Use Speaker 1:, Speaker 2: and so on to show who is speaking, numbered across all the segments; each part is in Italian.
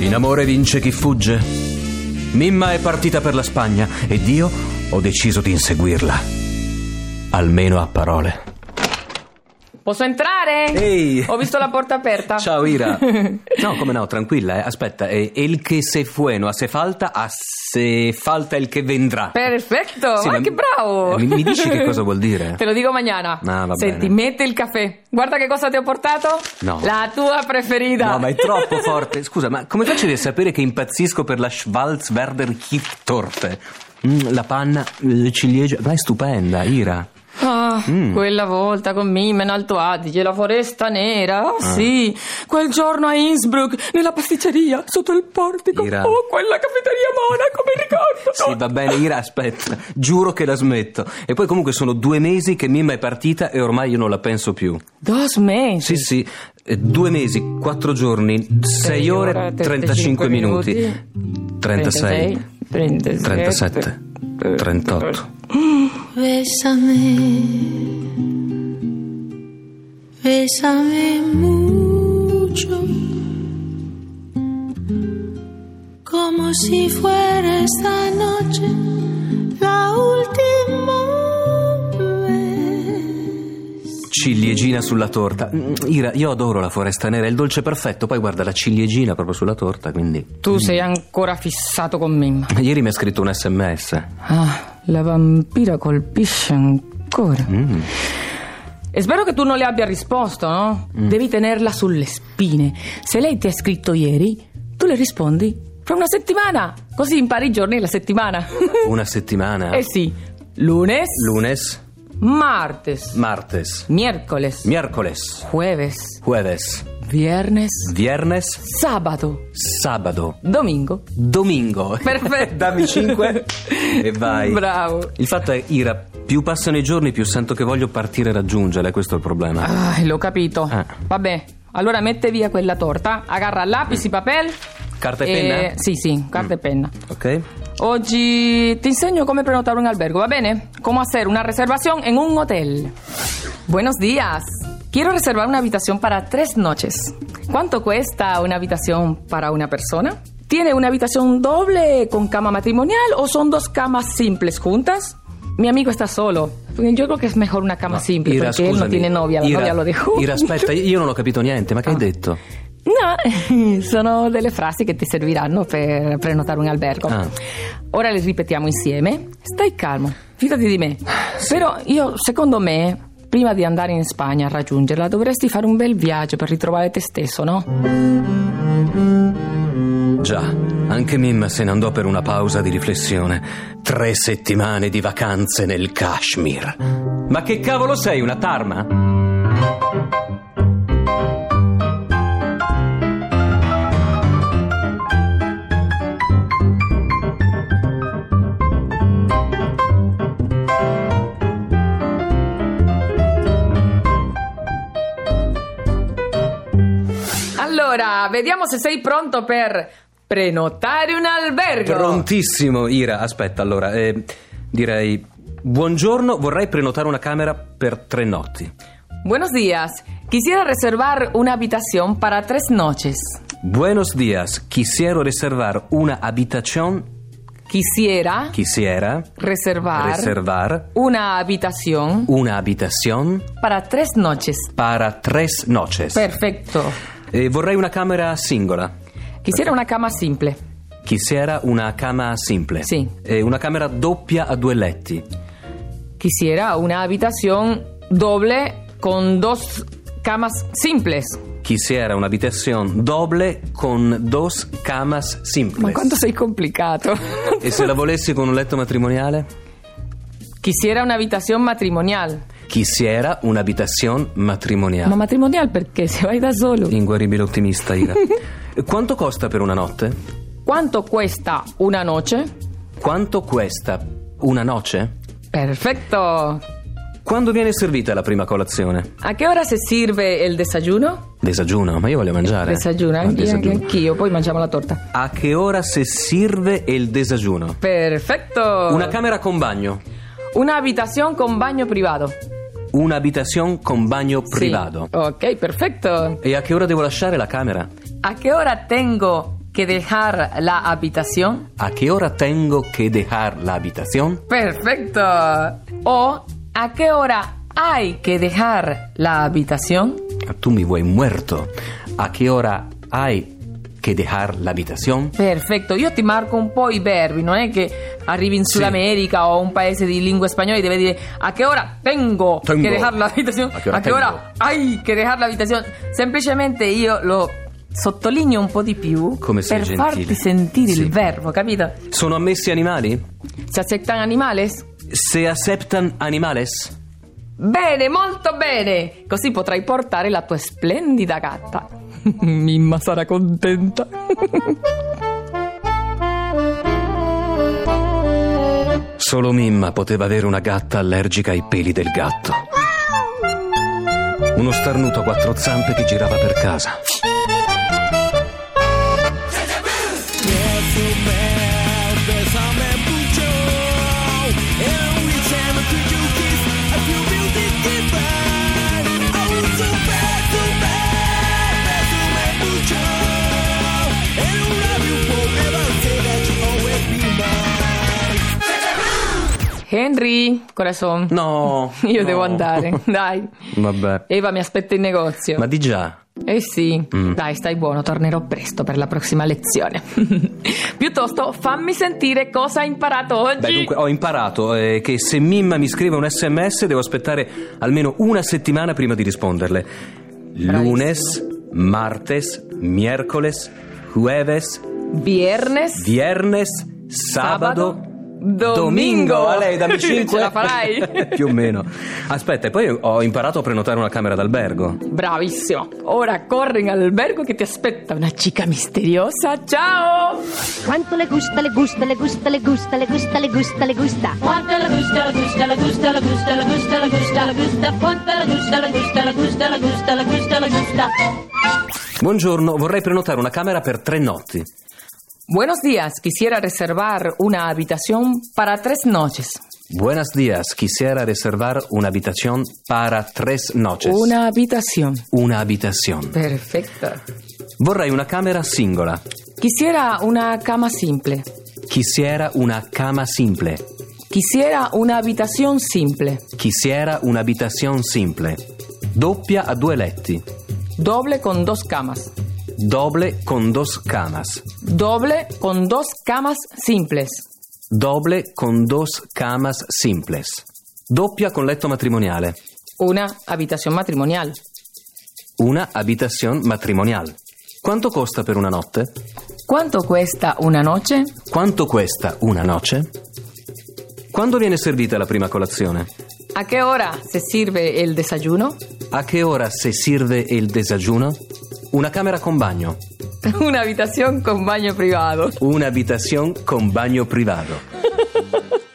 Speaker 1: In amore vince chi fugge. Mimma è partita per la Spagna ed io ho deciso di inseguirla. Almeno a parole.
Speaker 2: Posso entrare?
Speaker 1: Ehi.
Speaker 2: Ho visto la porta aperta.
Speaker 1: Ciao Ira. No, come no, tranquilla, eh. aspetta. eh, el que se fue no hace falta, hace falta el que vendrà.
Speaker 2: Perfetto,
Speaker 1: Sì,
Speaker 2: ma
Speaker 1: ma-
Speaker 2: che bravo!
Speaker 1: eh, mi- mi dici che cosa vuol dire?
Speaker 2: Te lo dico mañana.
Speaker 1: Ah, va
Speaker 2: Senti,
Speaker 1: bene.
Speaker 2: metti il caffè. Guarda che cosa ti ho portato.
Speaker 1: No.
Speaker 2: La tua preferita.
Speaker 1: No, ma è troppo forte. Scusa, ma come facevi a sapere che impazzisco per la Schwarzwerder Torte? la panna, le ciliegie, ma è stupenda, Ira.
Speaker 2: Ah,
Speaker 1: Mm.
Speaker 2: quella volta con Mima in Alto Adige, la foresta nera, ah, sì, quel giorno a Innsbruck, nella pasticceria, sotto il portico,
Speaker 1: Ira.
Speaker 2: oh, quella caffetteria monaco, mi ricordo!
Speaker 1: Sì, va bene, Ira, aspetta, giuro che la smetto. E poi comunque sono due mesi che Mimma è partita e ormai io non la penso più.
Speaker 2: Dos mesi!
Speaker 1: Sì, sì, eh, due mesi, quattro giorni, sei ore,
Speaker 2: ore,
Speaker 1: 35
Speaker 2: 35
Speaker 1: minuti, 36,
Speaker 2: 37,
Speaker 1: 37, 38.
Speaker 3: Bésame, bésame mucho, como si fuera esta noche la última vez.
Speaker 1: Ciliegina sulla torta. Mm, Ira, io adoro la foresta nera, è il dolce perfetto. Poi guarda la ciliegina proprio sulla torta, quindi.
Speaker 2: Tu sei
Speaker 1: Mm.
Speaker 2: ancora fissato con Mimma.
Speaker 1: Ieri mi ha scritto un sms.
Speaker 2: Ah, la vampira colpisce ancora. E spero che tu non le abbia risposto, no? Devi tenerla sulle spine. Se lei ti ha scritto ieri, tu le rispondi fra una settimana. Così impari i giorni della settimana.
Speaker 1: Una settimana.
Speaker 2: eh sì, lunes,
Speaker 1: Lunes,
Speaker 2: martes,
Speaker 1: martes,
Speaker 2: miércoles,
Speaker 1: miércoles,
Speaker 2: jueves,
Speaker 1: jueves,
Speaker 2: viernes,
Speaker 1: viernes,
Speaker 2: sabato,
Speaker 1: sabato,
Speaker 2: domingo.
Speaker 1: domingo.
Speaker 2: Perfetto.
Speaker 1: Dammi 5 e vai.
Speaker 2: Bravo.
Speaker 1: Il fatto è, Ira, più passano i giorni, più sento che voglio partire e raggiungerla, e questo è il problema.
Speaker 2: Ah, l'ho capito.
Speaker 1: Ah.
Speaker 2: Vabbè, allora mette via quella torta, agarra lapis, papel.
Speaker 1: Mm. Carta e penna? Mm.
Speaker 2: Sì, sì, carta e penna.
Speaker 1: Ok?
Speaker 2: Oggi ti insegno come prenotare un albergo, ¿va bene? Cómo hacer una reservación en un hotel. Buenos días. Quiero reservar una habitación para tres noches. ¿Cuánto cuesta una habitación para una persona? ¿Tiene una habitación doble con cama matrimonial o son dos camas simples juntas? Mi amigo está solo. Yo creo que es mejor una cama simple
Speaker 1: Ira,
Speaker 2: porque él no
Speaker 1: scusami.
Speaker 2: tiene novia, Ah, la
Speaker 1: Ira-
Speaker 2: novia lo Ah. dejó.
Speaker 1: Ira, aspetta, io non ho capito niente, ma che hai detto?
Speaker 2: No, sono delle frasi che ti serviranno per prenotare un albergo.
Speaker 1: Ah.
Speaker 2: Ora le ripetiamo insieme. Stai calmo, fidati di me. Però io, secondo me, prima di andare in Spagna a raggiungerla, dovresti fare un bel viaggio per ritrovare te stesso, no?
Speaker 1: Già, anche Mim se ne andò per una pausa di riflessione. Tre settimane di vacanze nel Kashmir. Ma che cavolo sei, una tarma?
Speaker 2: Allora, vediamo se sei pronto per prenotare un albergo.
Speaker 1: Prontissimo, Ira. Aspetta, allora, eh, direi... Buongiorno, vorrei prenotare una camera per tre notti.
Speaker 2: Buenos días. Quisiera reservar una habitación para tres noches.
Speaker 1: Buenos dias, quisiero reservar una habitación,
Speaker 2: Quisiera
Speaker 1: quisiera
Speaker 2: reservar
Speaker 1: reservar
Speaker 2: una habitación
Speaker 1: una habitación
Speaker 2: para tres noches.
Speaker 1: para tres noches.
Speaker 2: Perfecto.
Speaker 1: Eh, vorrei una camera singola.
Speaker 2: Quisiera una cama simple.
Speaker 1: Quisiera una cama simple.
Speaker 2: Sì.
Speaker 1: E una camera doppia a due letti.
Speaker 2: Quisiera una habitación doble con dos camas simples.
Speaker 1: Quisiera un'abitazione doble con dos camas simples.
Speaker 2: Ma quanto sei complicato.
Speaker 1: E se la volessi con un letto matrimoniale?
Speaker 2: Quisiera una habitación matrimonial.
Speaker 1: Quisiera un'abitazione matrimoniale.
Speaker 2: Ma matrimonial perché se vai da solo?
Speaker 1: Inguaribile ottimista, Ira. Quanto costa per una notte?
Speaker 2: ¿Cuánto cuesta una noche?
Speaker 1: Quanto questa? Una noce?
Speaker 2: Perfecto.
Speaker 1: Quando viene servita la prima colazione?
Speaker 2: ¿A qué hora se sirve el desayuno?
Speaker 1: Desagiuno, ma io voglio mangiare.
Speaker 2: Desayuno,
Speaker 1: Ah,
Speaker 2: anche- anche-
Speaker 1: desagiuno.
Speaker 2: anch'io, poi mangiamo pues, la torta.
Speaker 1: A che ora si serve il desagiuno?
Speaker 2: Perfecto.
Speaker 1: Una camera con bagno.
Speaker 2: Una habitación con baño privado.
Speaker 1: Una habitación con bagno
Speaker 2: Sí.
Speaker 1: privado.
Speaker 2: Ok, perfecto.
Speaker 1: E a che ora devo lasciare la camera?
Speaker 2: ¿A qué hora tengo que dejar la habitación?
Speaker 1: A che ora tengo che dejar la habitación?
Speaker 2: Perfecto. O ¿a qué hora hay que dejar la habitación?
Speaker 1: Ah, Tu mi vuoi muerto. A che ora hai che dejar la habitación?
Speaker 2: Perfetto, io ti marco un po' i verbi, non è che arrivi in
Speaker 1: Sì.
Speaker 2: Sud America o un paese di lingua spagnola e devi dire a che ora tengo,
Speaker 1: Tengo.
Speaker 2: che dejar la habitación,
Speaker 1: A che ora
Speaker 2: a che ora hai che dejar la habitación. Semplicemente io lo sottolineo un po' di più
Speaker 1: Come sei
Speaker 2: per
Speaker 1: gentile.
Speaker 2: farti sentire
Speaker 1: Sì.
Speaker 2: il verbo, capito?
Speaker 1: Sono ammessi animali?
Speaker 2: Si accettan animales?
Speaker 1: Se acceptan animales?
Speaker 2: Bene, molto bene! Così potrai portare la tua splendida gatta. Mimma sarà contenta.
Speaker 1: Solo Mimma poteva avere una gatta allergica ai peli del gatto. Uno starnuto a quattro zampe che girava per casa.
Speaker 2: Henry, corazon.
Speaker 1: No.
Speaker 2: Io
Speaker 1: no.
Speaker 2: devo andare, dai.
Speaker 1: Vabbè.
Speaker 2: Eva mi aspetta in negozio.
Speaker 1: Ma di già.
Speaker 2: Eh sì,
Speaker 1: Mm.
Speaker 2: dai, stai buono, tornerò presto per la prossima lezione. Piuttosto, fammi sentire cosa hai imparato oggi.
Speaker 1: Beh, dunque, ho imparato eh, che se Mimma mi scrive un sms devo aspettare almeno una settimana prima di risponderle. Lunes, martes, miércoles, jueves,
Speaker 2: Viernes,
Speaker 1: viernes, sabato,
Speaker 2: Sabato,
Speaker 1: domingo.
Speaker 2: domingo.
Speaker 1: A lei dammi
Speaker 2: Ce
Speaker 1: 5.
Speaker 2: la farai?
Speaker 1: Più o meno. Aspetta, e poi ho imparato a prenotare una camera d'albergo.
Speaker 2: bravissimo. Ora corri in albergo che ti aspetta una chica misteriosa. Ciao!
Speaker 4: Quanto le gusta, le gusta, le gusta, le gusta, le gusta, le gusta, le gusta.
Speaker 5: Quanto la gusta, la gusta, la gusta, la gusta, la gusta, la gusta, la gusta, quanto la gusta, la gusta, la gusta, la gusta, la gusta, la gusta.
Speaker 1: Buongiorno, vorrei prenotare una camera per tre notti.
Speaker 2: Buenos días, quisiera reservar una habitación para tres noches.
Speaker 1: Buenos días, quisiera reservar una habitación para tres noches.
Speaker 2: Una habitación.
Speaker 1: Una habitación.
Speaker 2: Perfecto.
Speaker 1: Vorrei una camera singola.
Speaker 2: Quisiera una cama simple.
Speaker 1: Quisiera una cama simple.
Speaker 2: Quisiera una habitación simple.
Speaker 1: Quisiera un'abitazione simple. Doppia a due letti.
Speaker 2: Doble con dos camas.
Speaker 1: Doble con dos camas.
Speaker 2: Doble con dos camas simples.
Speaker 1: Doble con dos camas simples. Doppia con letto matrimoniale.
Speaker 2: Una habitación matrimonial.
Speaker 1: Una habitación matrimonial. Quanto costa per una notte?
Speaker 2: ¿Cuánto cuesta una noche?
Speaker 1: Quanto questa una noce? Quando viene servita la prima colazione?
Speaker 2: ¿A qué hora se sirve el desayuno?
Speaker 1: A che ora se serve il desagiuno? Una camera con bagno.
Speaker 2: Una habitación con baño privado.
Speaker 1: Un'abitazione con bagno privato.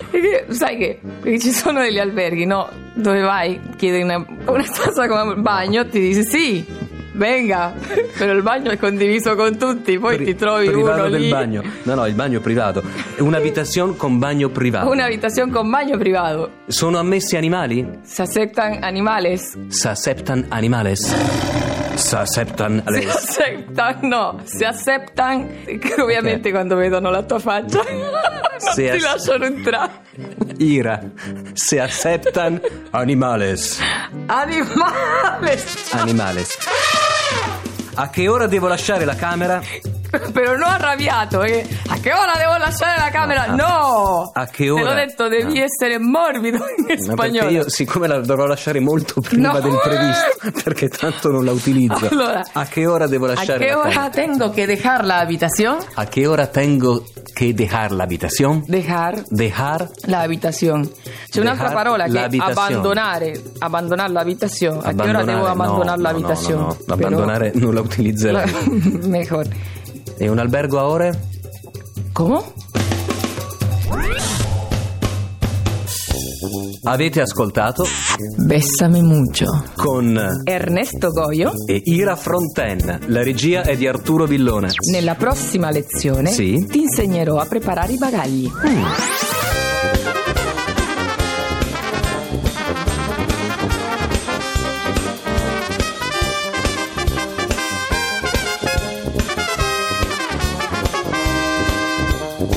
Speaker 2: Perché, sai che? Perché ci sono degli alberghi, no? Dove vai, chiedi una, una stanza con un bagno, ti dice sì, venga, però il bagno è condiviso con tutti, poi
Speaker 1: Pri-
Speaker 2: ti trovi
Speaker 1: privato
Speaker 2: uno
Speaker 1: del
Speaker 2: lì.
Speaker 1: bagno. No, no, il bagno privato. Un'abitazione con bagno privato.
Speaker 2: Una habitación con baño privado.
Speaker 1: Sono ammessi animali?
Speaker 2: Se aceptan animales.
Speaker 1: S'aceptan animales? S'aceptan
Speaker 2: Se
Speaker 1: les.
Speaker 2: aceptan, no, se aceptan, che ovviamente quando vedono la tua faccia non
Speaker 1: Se
Speaker 2: ti
Speaker 1: ac-
Speaker 2: lasciano entrare.
Speaker 1: Ira. Se aceptan animales.
Speaker 2: Animales,
Speaker 1: Animales. A che ora devo lasciare la camera?
Speaker 2: però non arrabbiato, eh. A che ora devo lasciare la camera?
Speaker 1: No,
Speaker 2: No!
Speaker 1: a che
Speaker 2: Te
Speaker 1: ora?
Speaker 2: l'ho detto, devi
Speaker 1: No.
Speaker 2: essere morbido in
Speaker 1: Ma perché
Speaker 2: spagnolo.
Speaker 1: io, siccome la dovrò lasciare molto prima
Speaker 2: No.
Speaker 1: del previsto, perché tanto non la utilizzo.
Speaker 2: Allora,
Speaker 1: a che ora devo
Speaker 2: ¿A
Speaker 1: lasciare
Speaker 2: qué
Speaker 1: la
Speaker 2: hora
Speaker 1: camera?
Speaker 2: tengo que dejar la habitación?
Speaker 1: A che ora tengo che dejar la habitación?
Speaker 2: Dejar
Speaker 1: Dejar
Speaker 2: la habitación. C'è un'altra
Speaker 1: Dejar
Speaker 2: parola che è
Speaker 1: l'abitazione.
Speaker 2: abbandonare, abbandonare l'abitazione. A che ora devo
Speaker 1: no,
Speaker 2: abbandonare
Speaker 1: no,
Speaker 2: l'abitazione?
Speaker 1: No, no, no. Abbandonare non la utilizzerei.
Speaker 2: Mejor.
Speaker 1: E un albergo a ore?
Speaker 2: ¿Cómo?
Speaker 1: Avete ascoltato
Speaker 2: Bésame mucho.
Speaker 1: con
Speaker 2: Ernesto Goyo,
Speaker 1: e Ira Fronten. La regia è di Arturo Villone.
Speaker 2: nella prossima lezione
Speaker 1: Sì.
Speaker 2: ti insegnerò ¿eh? a preparare i bagagli.